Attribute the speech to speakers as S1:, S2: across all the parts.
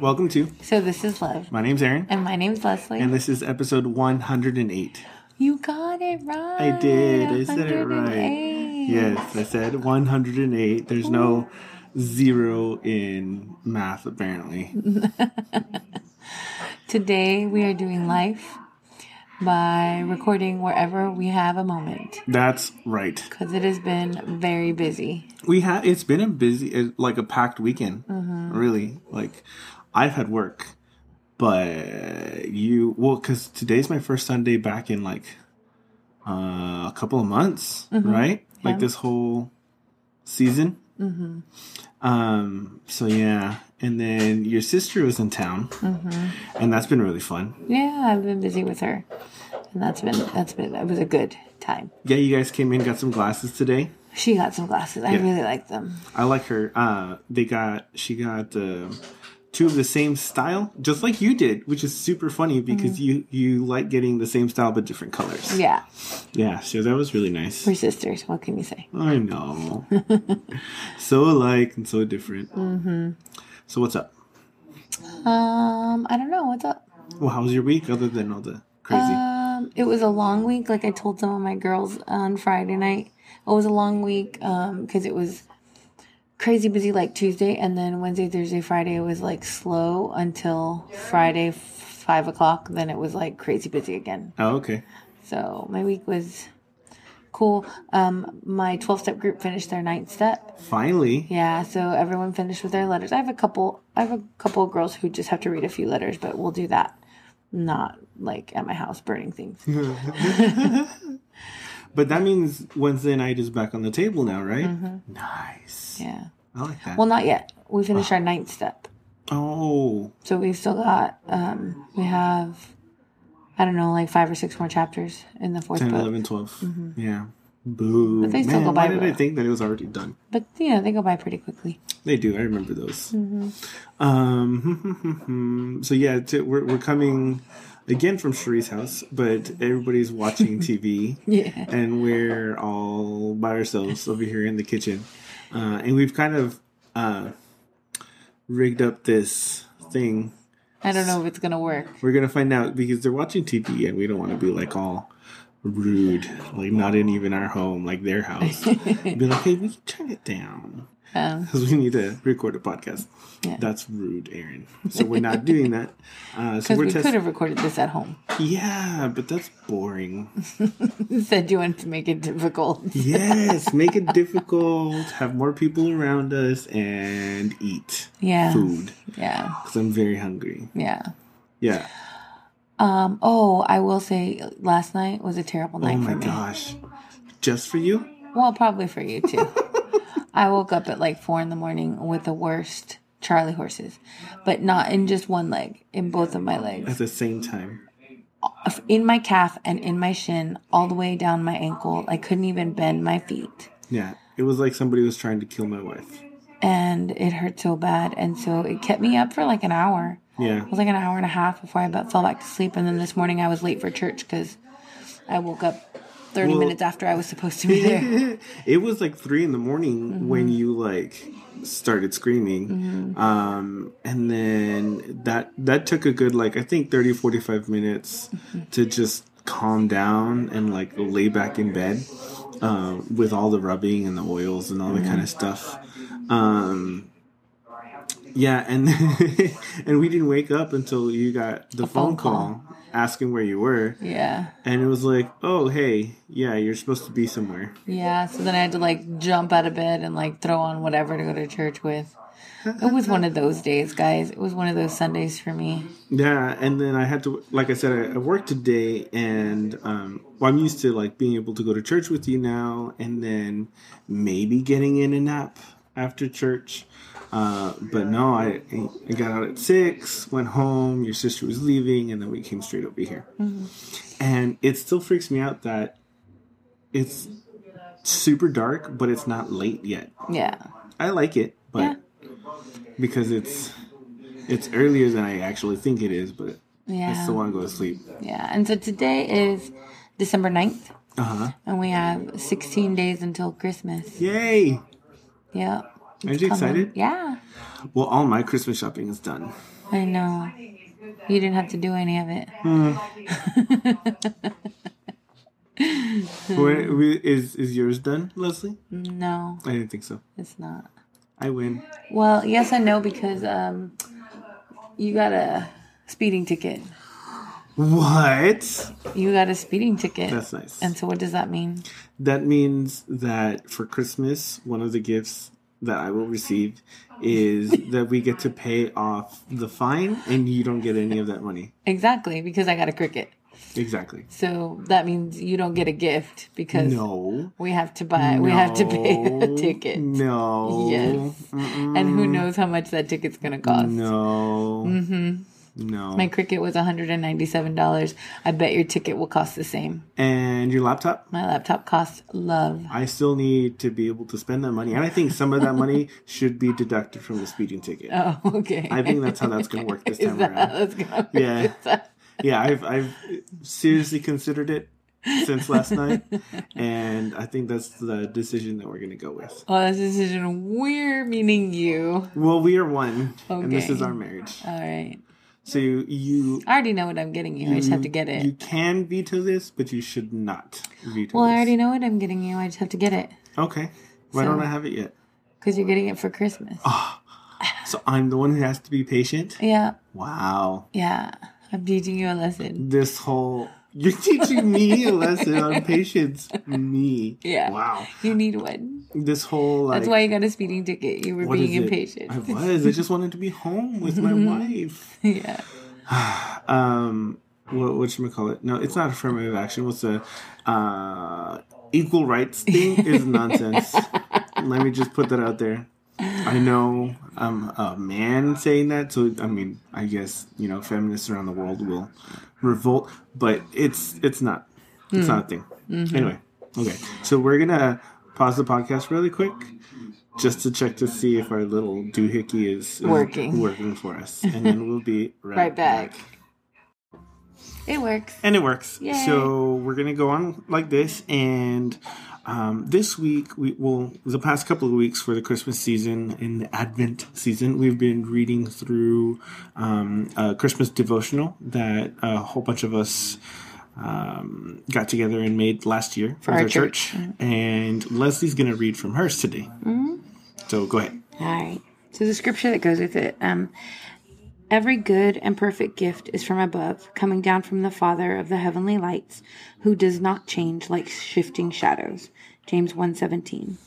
S1: Welcome to.
S2: So this is love.
S1: My name's Aaron,
S2: And my name's Leslie.
S1: and this is episode 108.
S2: you got it right.
S1: I did. I said it right.
S2: 108.
S1: Yes, I said 108. There's no zero in math, apparently.
S2: Today we are doing life by recording wherever we have a moment
S1: That's right.
S2: because it has been very busy.
S1: We had it's been a busy, uh, like a packed weekend. Really, like I've had work, but you well, because today's my first Sunday back in like uh, a couple of months, right? Like this whole season. Um. So yeah, and then your sister was in town, and that's been really fun.
S2: Yeah, I've been busy with her, and that's been that's been that was a good time.
S1: Yeah, you guys came in, got some glasses today.
S2: She got some glasses. I really like them.
S1: I like her. Uh, they got she got uh, two of the same style, just like you did, which is super funny because you you like getting the same style but different colors.
S2: Mm-hmm. Yeah,
S1: Yeah, so that was really nice.
S2: we're sisters. What can you say?
S1: I know, so alike and so different. Mm-hmm. So what's up?
S2: Um, I don't know what's up.
S1: Well, how was your week other than all the crazy?
S2: Um, it was a long week. Like I told some of my girls on Friday night, it was a long week because it was crazy busy like Tuesday, and then Wednesday, Thursday, Friday it was like slow until Friday f- five o'clock. Then it was like crazy busy again.
S1: oh, okay.
S2: So my week was cool. Um, my twelve step group finished their ninth step.
S1: Finally,
S2: Yeah, so everyone finished with their letters. I have a couple. I have a couple of girls who just have to read a few letters, but we'll do that. Not like at my house burning things.
S1: but that means Wednesday night is back on the table now, right? Nice.
S2: Yeah.
S1: I like that.
S2: Mm-hmm. Well, not yet. We finished our ninth step.
S1: oh,
S2: So we've still got, um, we have, I don't know, like five or six more chapters in the fourth
S1: 10,
S2: book.
S1: 11, 12. Yeah. Boo.
S2: Mm-hmm. they still
S1: Man,
S2: go
S1: why
S2: by
S1: did I
S2: real.
S1: think that it was already done?
S2: But, you know, they go by pretty quickly.
S1: They do. I remember those.
S2: Mm-hmm.
S1: Um, so, yeah, t- we're, we're coming again from Cherie's house, but everybody's watching TV.
S2: Yeah.
S1: And we're all by ourselves over here in the kitchen. Uh, and we've kind of uh, rigged up this thing.
S2: I don't know if it's going to work.
S1: We're going to find out because they're watching TV and we don't want to be like all rude, like not in even our home, like their house. be like, hey, we can turn it down
S2: Um,
S1: because we need to record a podcast.
S2: Yeah.
S1: That's rude, Aaron. So we're not doing that. Uh, so we're
S2: because we could
S1: testing.
S2: have recorded this at home.
S1: Yeah, but that's boring.
S2: Instead, you wanted to make it difficult.
S1: Yes, make it difficult. Have more people around us and eat
S2: Yeah.
S1: food
S2: Yeah.
S1: because I'm very hungry.
S2: Yeah.
S1: Yeah.
S2: Um, oh, I will say last night was a terrible night
S1: Oh
S2: for
S1: my
S2: me.
S1: gosh. Just for you?
S2: Well, probably for you too. I woke up at like four in the morning with the worst Charlie horses, but not in just one leg, in both of my legs,
S1: At the same time.
S2: in my calf and in my shin, all the way down my ankle. I couldn't even bend my feet,
S1: Yeah. It was like somebody was trying to kill my wife.
S2: and it hurt so bad. And so it kept me up for like an hour.
S1: Yeah.
S2: It was like an hour and a half before I about fell back to sleep. And then this morning I was late for church because I woke up thirty
S1: Well-
S2: minutes after I was supposed to be there.
S1: it was like three in the morning when
S2: Mm-hmm.
S1: you like started screaming um and then that that took a good like i think 30 45 minutes
S2: Mm-hmm.
S1: to just calm down and like lay back in bed um with all the rubbing and the oils and all that
S2: Mm-hmm.
S1: kind of stuff um yeah and and we didn't wake up until you got the phone,
S2: phone
S1: call,
S2: call.
S1: asking where you were
S2: yeah.
S1: and it was like oh hey yeah you're supposed to be somewhere
S2: Yeah, so then I had to like jump out of bed and like throw on whatever to go to church with. It was one of those days, guys. It was one of those Sundays for me.
S1: Yeah, and then I had to, like I said, I, I worked today, and um, well, I'm used to like being able to go to church with you now, and then maybe getting in a nap after church. Uh, but no, I, I got out at six, went home. Your sister was leaving, and then we came straight over here. And it still freaks me out that it's super dark, but it's not late yet.
S2: Yeah.
S1: I like it, but
S2: Yeah.
S1: because it's it's earlier than I actually think it is, but I still
S2: Yeah.
S1: want to go to sleep.
S2: Yeah. And so today is December 9th,
S1: Uh huh.
S2: and we have 16 days until Christmas.
S1: Yay!
S2: Yep.
S1: Aren't you
S2: Coming.
S1: excited?
S2: Yeah.
S1: Well, all my Christmas shopping is done.
S2: I know. You didn't have to do any of it.
S1: Hmm.
S2: Hmm.
S1: Wait, we- is is yours done, Leslie?
S2: no,
S1: I didn't think so.
S2: it's not.
S1: I win.
S2: Well, yes and no because um, you got a speeding ticket.
S1: What?
S2: You got a speeding ticket.
S1: That's nice.
S2: and so, what does that mean?
S1: That means that for Christmas, one of the gifts that I will receive is that we get to pay off the fine, and you don't get any of that money.
S2: Exactly, because I got a cricket.
S1: Exactly.
S2: So that means you don't get a gift because
S1: No.
S2: we have to buy, we have to pay a
S1: No.
S2: ticket.
S1: No.
S2: Yes.
S1: Mm-mm.
S2: And who knows how much that ticket's going to cost.
S1: No. Mm-hmm. No.
S2: My cricket was $197. I bet your ticket will cost the same.
S1: and your laptop?
S2: My laptop cost love.
S1: I still need to be able to spend that money, and I think some of that money should be deducted from the speeding ticket.
S2: Oh, okay.
S1: I think that's how that's going to work this
S2: Is
S1: time
S2: that how
S1: around.
S2: that's gonna work?
S1: Yeah.
S2: Is that-
S1: Yeah, I've I've seriously considered it since last night, and I think that's the decision that we're going to go with.
S2: Oh, this decision. We're meaning you.
S1: Well, we are one, and this
S2: Okay.
S1: is our marriage.
S2: All right.
S1: So you you,
S2: I already know what I'm getting you. I just have to get it.
S1: you can veto this, but you should not veto.
S2: well, I
S1: this.
S2: already know what I'm getting you. I just have to get it
S1: Okay. Why
S2: So-
S1: don't I have it yet?
S2: because you're getting it for Christmas.
S1: Ah. So I'm the one who has to be patient.
S2: Yeah.
S1: Wow.
S2: Yeah. I'm teaching you a lesson.
S1: This whole you're teaching me a lesson on patience. Me.
S2: Yeah.
S1: Wow.
S2: You need one.
S1: This whole like
S2: That's why you got a speeding ticket. You were
S1: what
S2: being
S1: is it?
S2: impatient. Mm-hmm.
S1: I was. I just wanted to be home with my wife.
S2: yeah.
S1: Um what what should we call it? No, it's not affirmative action. What's the uh equal rights thing is nonsense. Let me just put that out there. I know I'm a man saying that, so I mean, I guess you know, feminists around the world will revolt, but it's it's not, it's not a thing.
S2: Mm-hmm.
S1: Anyway, okay, so we're gonna pause the podcast really quick just to check to see if our little doohickey is, is
S2: Working.
S1: working for us, and then we'll be right,
S2: Right back. It works.
S1: and it works.
S2: Yay.
S1: So we're gonna go on like this, and um, this week we well the past couple of weeks for the Christmas season and the Advent season, we've been reading through um, a Christmas devotional that a whole bunch of us um, got together and made last year for
S2: our
S1: our church. And Leslie's gonna read from hers today. So go ahead.
S2: All right. So the scripture that goes with it. Um, Every good and perfect gift is from above, coming down from the Father of the heavenly lights, who does not change like shifting shadows. James 1:17.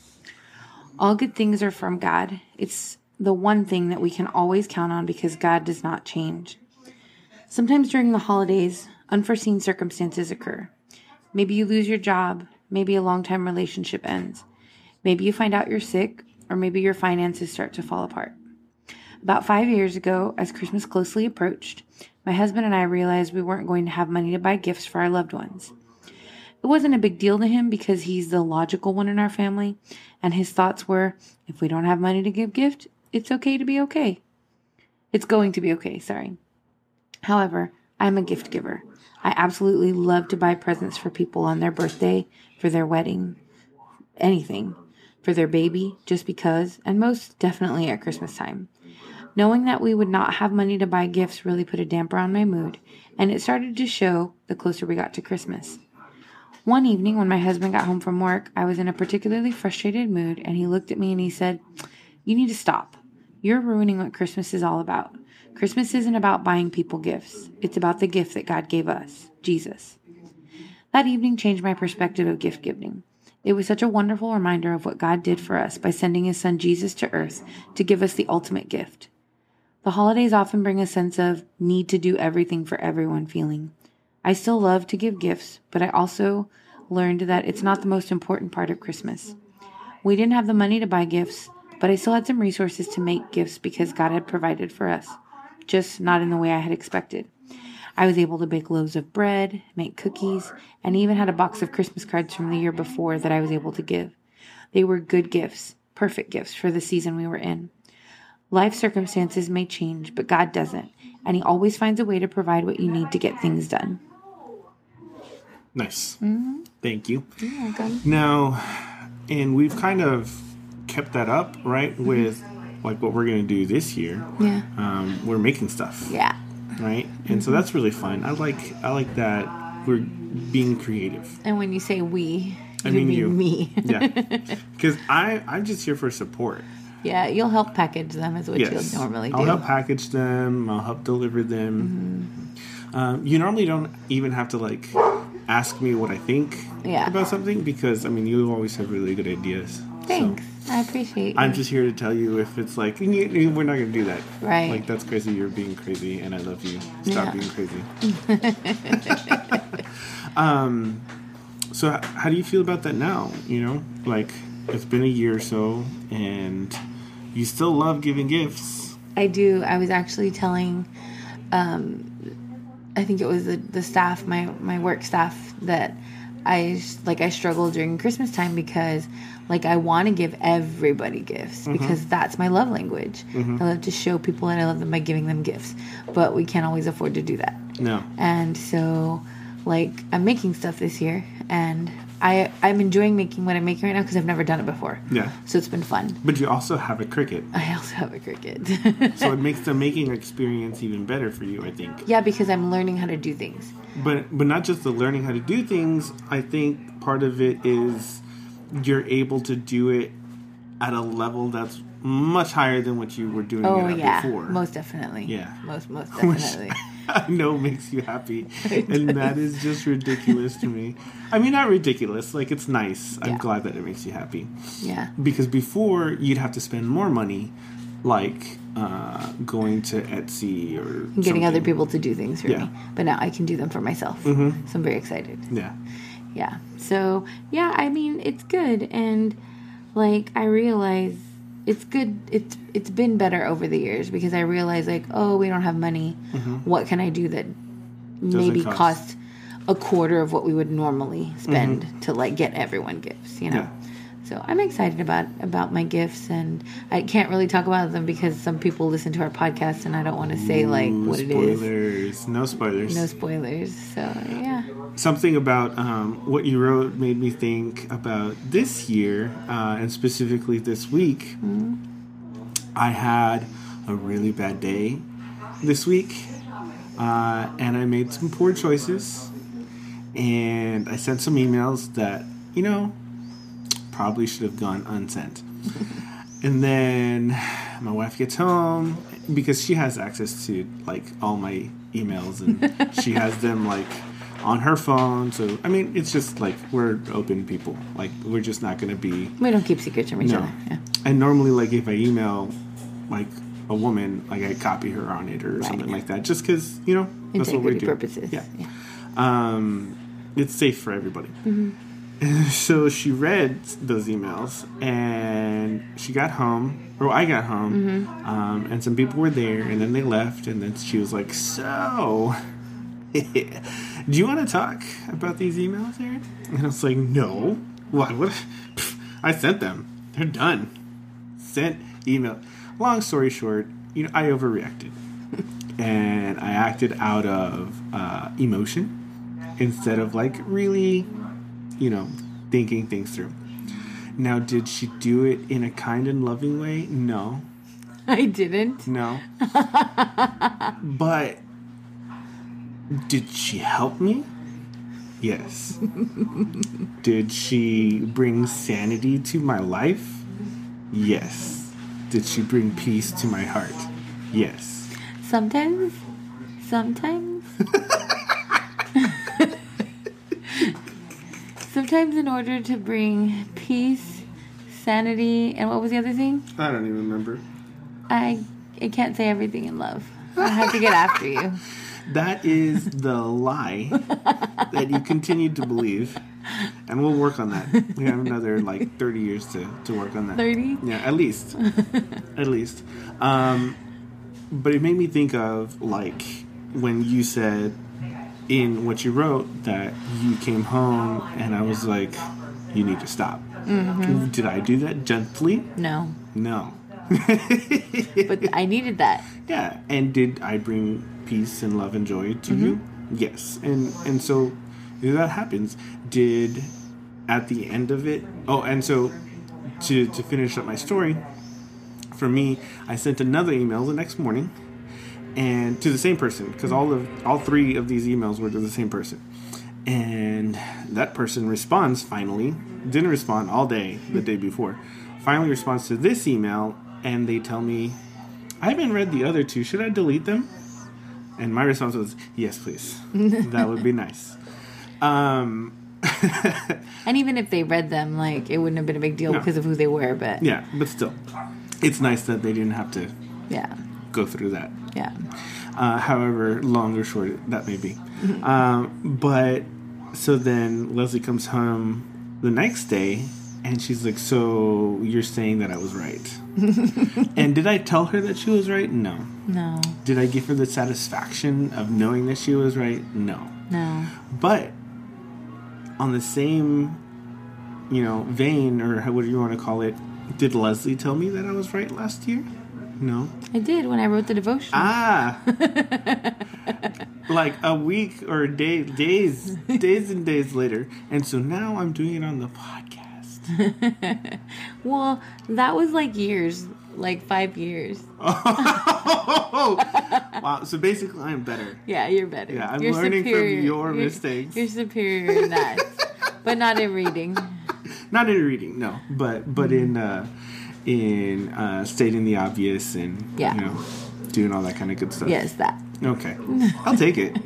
S2: All good things are from God. It's the one thing that we can always count on because God does not change. Sometimes during the holidays, unforeseen circumstances occur. Maybe you lose your job, maybe a long-time relationship ends. Maybe you find out you're sick, or maybe your finances start to fall apart. About five years ago, as Christmas closely approached, my husband and I realized we weren't going to have money to buy gifts for our loved ones. It wasn't a big deal to him because he's the logical one in our family, and his thoughts were if we don't have money to give gift, it's okay to be okay. It's going to be okay, sorry. However, I'm a gift giver. I absolutely love to buy presents for people on their birthday, for their wedding, anything for their baby just because, and most definitely at Christmas time. Knowing that we would not have money to buy gifts really put a damper on my mood, and it started to show the closer we got to Christmas. One evening, when my husband got home from work, I was in a particularly frustrated mood, and he looked at me and he said, You need to stop. You're ruining what Christmas is all about. Christmas isn't about buying people gifts, it's about the gift that God gave us, Jesus. That evening changed my perspective of gift giving. It was such a wonderful reminder of what God did for us by sending his son Jesus to earth to give us the ultimate gift. The holidays often bring a sense of need to do everything for everyone feeling. I still love to give gifts, but I also learned that it's not the most important part of Christmas. We didn't have the money to buy gifts, but I still had some resources to make gifts because God had provided for us, just not in the way I had expected. I was able to bake loaves of bread, make cookies, and even had a box of Christmas cards from the year before that I was able to give. They were good gifts, perfect gifts for the season we were in. Life circumstances may change, but God doesn't, and He always finds a way to provide what you need to get things done.
S1: Nice.
S2: Mm-hmm.
S1: Thank you.
S2: Mm-hmm.
S1: Now, and we've kind of kept that up, right? With like what we're gonna do this year.
S2: Yeah.
S1: Um, we're making stuff,
S2: Yeah. Mm-hmm.
S1: right? And so that's really fun. I like I like that we're being creative.
S2: And when you say we,
S1: I
S2: you
S1: mean
S2: mean,
S1: you.
S2: me.
S1: Yeah, because I I'm just here for support.
S2: yeah, you'll help package them is what
S1: Yes,
S2: you'll normally
S1: I'll
S2: do.
S1: help package them. I'll help deliver them.
S2: Mm-hmm.
S1: Um, you normally don't even have to like ask me what I think
S2: Yeah.
S1: about something because I mean you always have really good ideas. So,
S2: Thanks. I appreciate you.
S1: I'm just here to tell you if it's like "You- you- we're not gonna do that.
S2: Right.
S1: Like that's crazy. You're being crazy, and I love you. Stop
S2: Yeah.
S1: being crazy. um. So h- how do you feel about that now? You know, like it's been a year or so, and you still love giving gifts.
S2: I do. I was actually telling, um, I think it was the, the staff, my my work staff, that I s- like I struggle during Christmas time because like I want to give everybody gifts because that's my love language. I love to show people and I love them by giving them gifts, but we can't always afford to do that.
S1: No.
S2: And so, like I'm making stuff this year, and I I'm enjoying making what I'm making right now because I've never done it before.
S1: Yeah.
S2: So it's been fun.
S1: But you also have a cricket,
S2: I also have a cricket.
S1: so it makes the making experience even better for you, I think.
S2: Yeah, because I'm learning how to do things.
S1: but but not just the learning how to do things i think part of it is you're able to do it at a level that's much higher than what you were doing
S2: Oh
S1: it at
S2: yeah,
S1: before
S2: most definitely.
S1: Yeah.
S2: most most definitely.
S1: i know makes you happy and that is just ridiculous to me i mean not ridiculous like it's nice i'm
S2: Yeah.
S1: glad that it makes you happy
S2: yeah,
S1: because before you'd have to spend more money like uh, going to etsy or
S2: getting other
S1: something.
S2: people to do things for
S1: Yeah. Mm-hmm.
S2: me, but now I can do them for myself. So I'm very excited.
S1: yeah
S2: Yeah. So yeah, I mean it's good, and like I realize it's good. It's it's been better over the years because I realize like oh we don't have money. What can I do that maybe
S1: Mm-hmm. cost. Mm-hmm.
S2: cost. a quarter of what we would normally spend to like get everyone gifts? You know.
S1: Yeah.
S2: So I'm excited about about my gifts, and I can't really talk about them because some people listen to our podcast, and I don't want to say like
S1: Ooh,
S2: what
S1: spoilers
S2: it is.
S1: no spoilers
S2: No spoilers. So yeah.
S1: something about um, what you wrote made me think about this year uh, and specifically this week. I had a really bad day this week, uh, and I made some poor choices, and I sent some emails that you know probably should have gone unsent. and then my wife gets home because she has access to like all my emails and she has them like on her phone. So I mean, it's just like we're open people. Like we're just not going to be
S2: We don't keep secrets from each
S1: no.
S2: other. Yeah.
S1: And normally, like if I email like a woman, like I copy her on it or something like that, just because you know that's what we
S2: integrity
S1: do.
S2: purposes.
S1: Yeah um, it's safe for everybody. so she read those emails, and she got home, or I got home, um, and some people were there, and then they left, and then she was like, "So, do you want to talk about these emails, Erin?" And I was like, "No, why would I? Pff, I sent them? They're done. Sent email. Long story short, you know, I overreacted." and I acted out of uh, emotion instead of like really, you know, thinking things through. Now, did she do it in a kind and loving way? No,
S2: I didn't.
S1: no. but did she help me? Yes. did she bring sanity to my life? Yes. Did she bring peace to my heart? Yes.
S2: Sometimes, sometimes. sometimes, in order to bring peace, sanity, and what was the other thing?
S1: I don't even remember.
S2: I I can't say everything in love. I have to get after you.
S1: That is the lie that you continue to believe. And we'll work on that. We have another like 30 years to, to work on that.
S2: Thirty.
S1: Yeah, at least. at least. Um, but it made me think of like when you said in what you wrote that you came home and I was like, you need to stop. Did I do that gently?
S2: No,
S1: No.
S2: but I needed that.
S1: Yeah, and did I bring peace and love and joy to you? Yes, and and so that happens. Did at the end of it? Oh, and so to to finish up my story, for me, I sent another email the next morning, and to the same person because all of all three of these emails were to the same person, and that person responds finally. Didn't respond all day the day before. Finally responds to this email, and they tell me, "I haven't read the other two. Should I delete them?" And my response was, "Yes, please. that would be nice." Um,
S2: And even if they read them, like it wouldn't have been a big deal
S1: No.
S2: because of who they were. But
S1: yeah,
S2: yeah,
S1: but still, it's nice that they didn't have to
S2: yeah,
S1: go through that. uh, however long or short that may be. um, but so then Leslie comes home the next day and she's like, So you're saying that I was right? and did I tell her that she was right? No.
S2: no,
S1: Did I give her the satisfaction of knowing that she was right? No.
S2: no,
S1: But on the same, you know, vein or how- whatever you want to call it, did Leslie tell me that I was right last year? No.
S2: I did when I wrote the devotion.
S1: Ah. like a week or a day, days, days and days later. And so now I'm doing it on the podcast.
S2: well, that was like years, like five years.
S1: wow. So basically, I'm better.
S2: Yeah, you're better.
S1: Yeah, I'm
S2: you're
S1: learning from your mistakes.
S2: You're superior in that, but not in reading.
S1: Not in reading, no, but but in uh, in uh, stating the obvious and
S2: Yeah.
S1: you know doing all that kind of good stuff.
S2: Yes, that.
S1: Okay. I'll take it.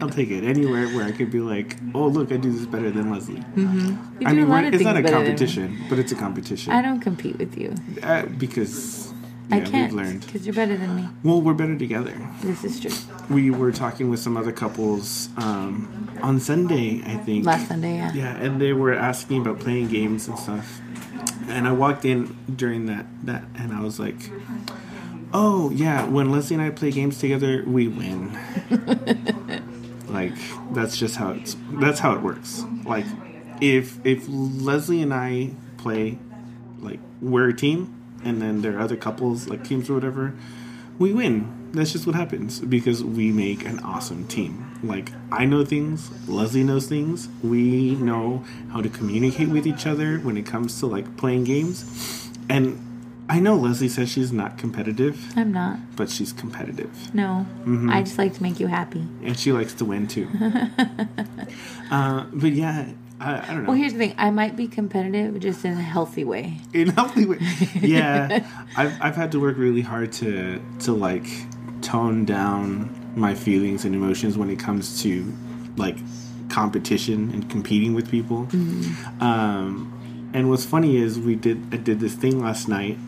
S1: I'll take it anywhere where I could be like, oh look, I do this better than Leslie.
S2: Mm-hmm. You do
S1: I mean,
S2: a lot
S1: we're-
S2: of
S1: it's
S2: things
S1: not a
S2: better than me.
S1: competition, but it's a competition.
S2: I don't compete with you.
S1: Uh, because
S2: I
S1: yeah,
S2: can't
S1: we've learned.
S2: because you're better than me.
S1: Well, we're better together.
S2: This is true.
S1: We were talking with some other couples um, on Sunday, I think.
S2: Last Sunday, yeah.
S1: Yeah, and they were asking about playing games and stuff. And I walked in during that that, and I was like, "Oh yeah, when Leslie and I play games together, we win." like that's just how it's that's how it works. Like if if Leslie and I play, like we're a team, and then there are other couples like teams or whatever, we win. That's just what happens because we make an awesome team. Like I know things, Leslie knows things. We know how to communicate with each other when it comes to like playing games. And I know Leslie says she's not competitive,
S2: I'm not.
S1: but she's competitive
S2: No,
S1: Mm-hmm.
S2: I just like to make you happy.
S1: and she likes to win too. uh, but yeah, I, I don't know.
S2: Well, here's the thing. I might be competitive, just in a healthy way.
S1: in a healthy way. Yeah, I've I've had to work really hard to to like tone down my feelings and emotions when it comes to like competition and competing with people. Um, and what's funny is we did I did this thing last night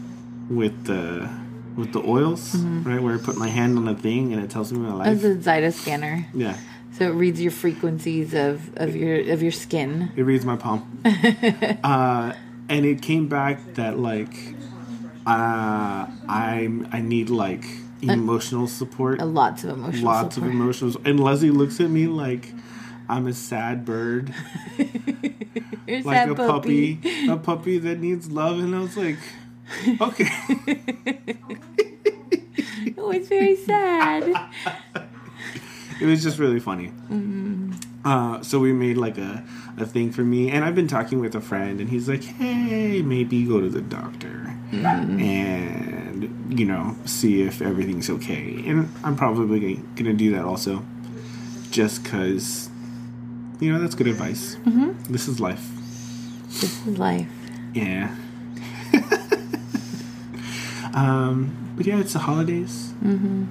S1: with the with the oils, right? Where I put my hand on a thing and it tells me my
S2: That's
S1: life.
S2: a Zyta scanner,
S1: yeah.
S2: so it reads your frequencies of, of your of your skin.
S1: It reads my palm. uh, and it came back that like uh, I'm I need like emotional support,
S2: Lots of emotional.
S1: lots of
S2: support.
S1: emotions. And Leslie looks at me like I'm a sad bird,
S2: You're a
S1: like
S2: sad
S1: a puppy. a puppy that needs love. And I was like, okay,
S2: Oh, it's very sad.
S1: it was just really funny. Uh, so we made like a, a thing for me, and I've been talking with a friend, and he's like, "Hey, maybe go to the doctor and you know see if everything's okay." And I'm probably g- gonna do that also, just cause you know that's good advice. This is life.
S2: this is life.
S1: Yeah. um, but yeah, it's the holidays. Mm-hmm.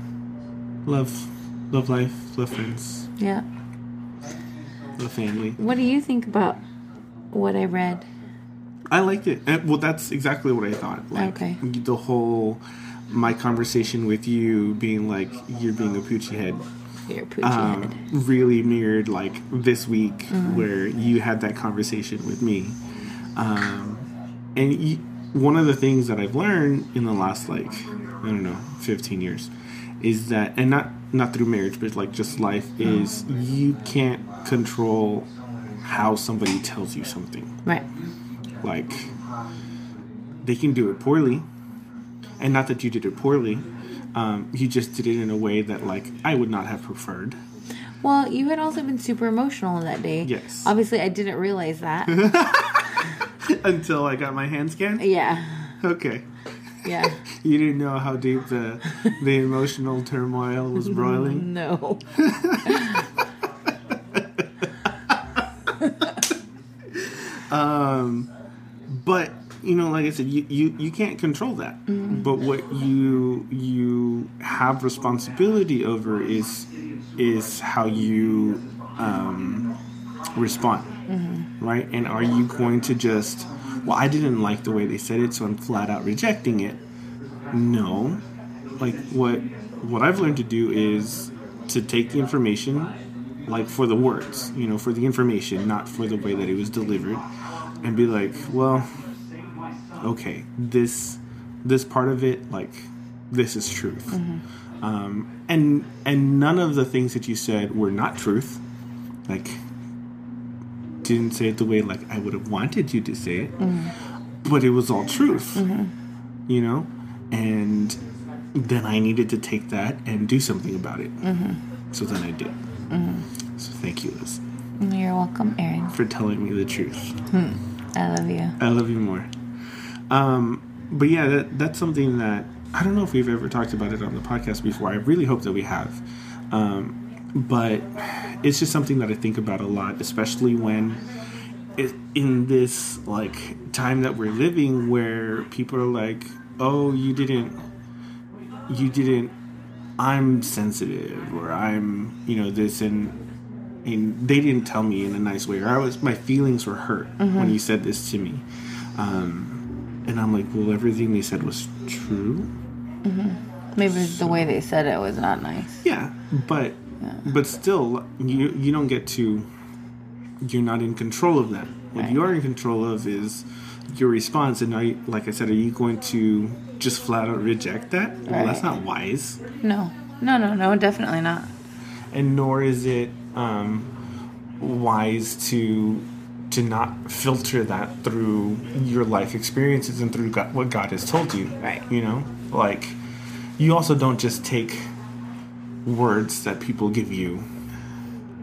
S1: Love, love life, love friends,
S2: Yeah.
S1: love family.
S2: What do you think about what I read?
S1: I liked it. Uh, Well, that's exactly what I thought. Like
S2: Okay.
S1: the whole my conversation with you being like you're being a poochie head,
S2: Your poochie head.
S1: um, really mirrored like this week where you had that conversation with me. Um, and you, one of the things that I've learned in the last like I don't know 15 years is that and not not through marriage but like just life is you can't control how somebody tells you something
S2: Right.
S1: like they can do it poorly and not that you did it poorly um, you just did it in a way that like i would not have preferred
S2: Well, you had also been super emotional on that day.
S1: Yes.
S2: Obviously, I didn't realize that.
S1: until i got my hand scanned
S2: yeah.
S1: okay
S2: Yeah.
S1: You didn't know how deep the the emotional turmoil was broiling.
S2: No.
S1: But you know, like I said, you you, you can't control that. But what you you have responsibility over is is how you um, respond, right? And are you going to just well, I didn't like the way they said it, so I'm flat out rejecting it. No, like what what I've learned to do is to take the information like for the words, you know, for the information, not for the way that it was delivered, and be like, well, okay, this this part of it, like this is truth, um, and and none of the things that you said were not truth, like didn't say it the way like I would have wanted you to say it, but it was all truth, you know, and then I needed to take that and do something about it. So then I did. So thank you, Liz,
S2: You're welcome, Aaron.
S1: for telling me the truth.
S2: I love you.
S1: I love you more. Um, but yeah, that, that's something that I don't know if we've ever talked about it on the podcast before. I really hope that we have. Um, but it's just something that I think about a lot, especially when it, in this like time that we're living, where people are like, "Oh, you didn't, you didn't." I'm sensitive, or I'm, you know, this, and and they didn't tell me in a nice way, or I was my feelings were hurt when you said this to me, um, and I'm like, well, everything they said was true,
S2: Maybe it's the way they said it was not nice.
S1: yeah, but but still, you you don't get to, you're not in control of that. What
S2: Right.
S1: you are in control of is your response, and are you, like I said, are you going to just flat out reject that? Well, that's
S2: Right.
S1: not wise.
S2: No. No, no, no, definitely not.
S1: and nor is it um, wise to to not filter that through your life experiences and through God, what God has told you.
S2: Right.
S1: You know, like you also don't just take words that people give you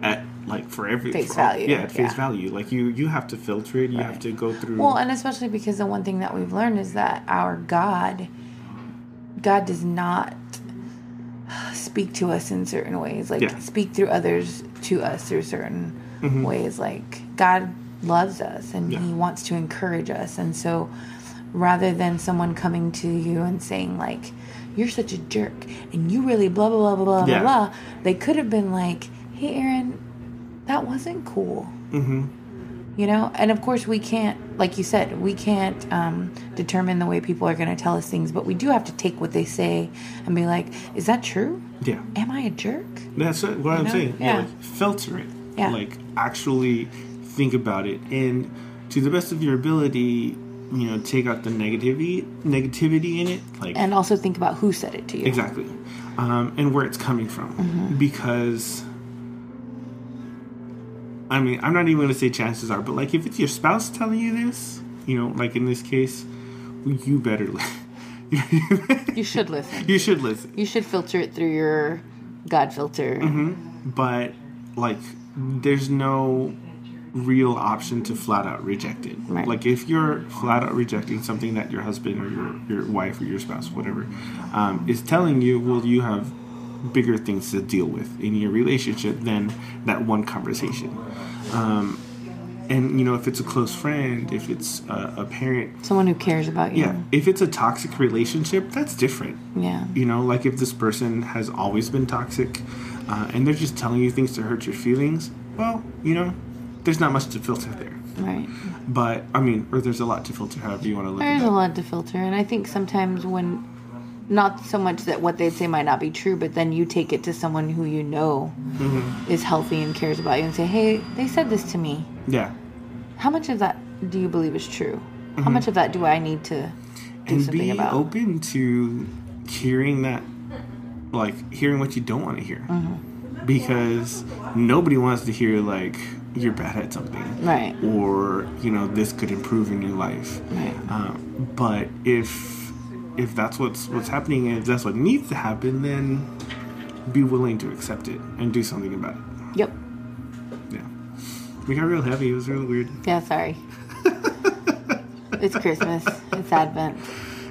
S1: at like for every
S2: Face
S1: for all-
S2: value,
S1: Yeah, at face
S2: yeah.
S1: value. Like you you have to filter it. You have to go through.
S2: Well, and especially because the one thing that we've learned is that our God, God does not speak to us in certain ways, like
S1: Yeah. Mm-hmm.
S2: speak through others to us through certain ways. Like God loves us and
S1: Yeah.
S2: He wants to encourage us, and so rather than someone coming to you and saying like, "You're such a jerk," and you really blah blah blah blah blah
S1: Yeah.
S2: blah, they could have been like, "Hey, Aaron, that wasn't cool."
S1: Mm-hmm.
S2: you know and of course we can't like you said we can't um, determine the way people are going to tell us things but we do have to take what they say and be like is that true
S1: yeah.
S2: am i a jerk
S1: That's what, what I'm
S2: know?
S1: saying.
S2: Yeah.
S1: Like, filter it.
S2: Yeah.
S1: Like, actually think about it. And to the best of your ability, you know, take out the negativity negativity in it. Like,
S2: and also think about who said it to you
S1: exactly. Um, and where it's coming from.
S2: Mm-hmm.
S1: Because, I mean, I'm not even going to say chances are, but like, if it's your spouse telling you this, you know, like in this case, you better, li-
S2: you should listen
S1: you should listen.
S2: you should filter it through your god filter
S1: Mm-hmm. but like there's no real option to flat out reject it
S2: Right.
S1: like if you're flat out rejecting something that your husband or your, your wife or your spouse whatever um, is telling you well you have bigger things to deal with in your relationship than that one conversation um, and you know if it's a close friend if it's a, a parent
S2: someone who cares about you
S1: yeah if it's a toxic relationship that's different
S2: yeah
S1: you know like if this person has always been toxic uh, and they're just telling you things to hurt your feelings well you know there's not much to filter there
S2: right
S1: but i mean or there's a lot to filter however you want to look at
S2: there's a
S1: that
S2: lot to filter and i think sometimes when not so much that what they say might not be true but then you take it to someone who you know
S1: Mm-hmm.
S2: is healthy and cares about you and say hey they said this to me
S1: yeah
S2: how much of that do you believe is true? How much of that do I need to do
S1: Mm-hmm. and
S2: something
S1: be
S2: about?
S1: open to hearing that like hearing what you don't want to hear because nobody wants to hear like you're bad at something
S2: Right.
S1: or you know this could improve in your life
S2: Right.
S1: Um, but if if that's what's what's happening and if that's what needs to happen, then be willing to accept it and do something about it.
S2: Yep.
S1: Yeah, we got real heavy. It was really weird.
S2: Yeah, sorry. it's Christmas. It's Advent.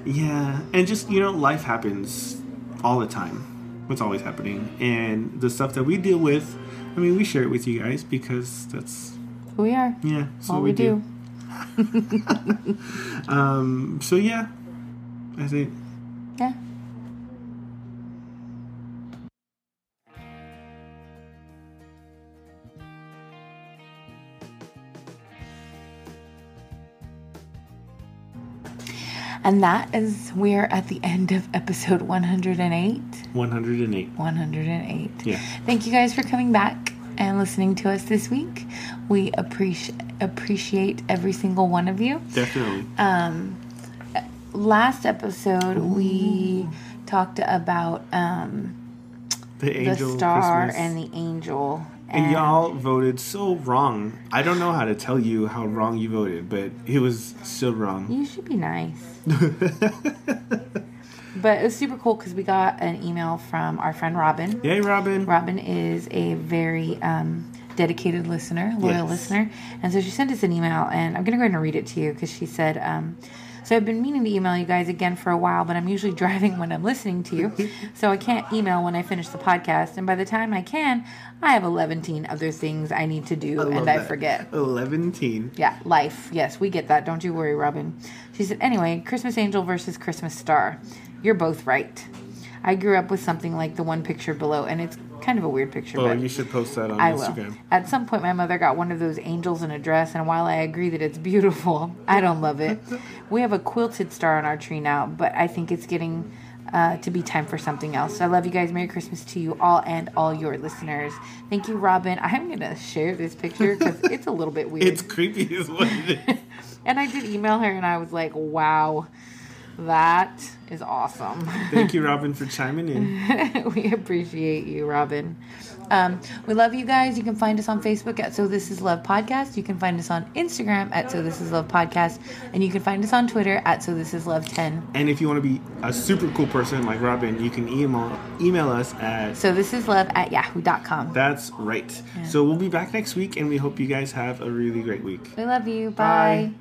S1: Yeah, and just you know, life happens all the time. What's always happening, and the stuff that we deal with. I mean, we share it with you guys because that's
S2: We are.
S1: yeah, that's
S2: all
S1: what
S2: we, do.
S1: Um, so yeah, I think
S2: Yeah. And that is, we're at the end of episode 108.
S1: 108.
S2: Uh, 108.
S1: Yeah.
S2: Thank you guys for coming back and listening to us this week. We appreciate appreciate every single one of you.
S1: Definitely.
S2: Last episode, we talked about um,
S1: the
S2: the
S1: angel
S2: star
S1: Christmas.
S2: and the angel.
S1: And y'all voted so wrong. I don't know how to tell you how wrong you voted, but it was so wrong.
S2: You should be nice. but it was super cool because we got an email from our friend Robin.
S1: Yay, Robin.
S2: Robin is a very um, dedicated listener, loyal
S1: Yes.
S2: listener. And so she sent us an email, and I'm going to go ahead and read it to you because she said, um, So I've been meaning to email you guys again for a while, but I'm usually driving when I'm listening to you. so I can't email when I finish the podcast. And by the time I can, I have 11 other things I need to do, and I forget.
S1: 11.
S2: Yeah, life. Yes, we get that. Don't you worry, Robin. She said, anyway, Christmas Angel versus Christmas Star. You're both right. I grew up with something like the one picture below, and it's kind of a weird picture,
S1: Oh,
S2: but
S1: you should post that on
S2: I will.
S1: Instagram.
S2: At some point, my mother got one of those angels in a dress, and while I agree that it's beautiful, I don't love it. we have a quilted star on our tree now, but I think it's getting uh, to be time for something else. I love you guys. Merry Christmas to you all and all your listeners. Thank you, Robin. I'm going to share this picture because it's a little bit weird.
S1: It's creepy, is what it is.
S2: And I did email her and I was like, wow, that is awesome.
S1: Thank you, Robin, for chiming in.
S2: we appreciate you, Robin. Um, we love you guys. You can find us on Facebook at So This Is Love Podcast. You can find us on Instagram at So This Is Love Podcast. And you can find us on Twitter at So This Is Love 10.
S1: And if you want to be a super cool person like Robin, you can email email us at
S2: So This Is Love at yahoo.com.
S1: that's right. So we'll be back next week, and we hope you guys have a really great week.
S2: We love you.
S1: Bye.
S2: Bye.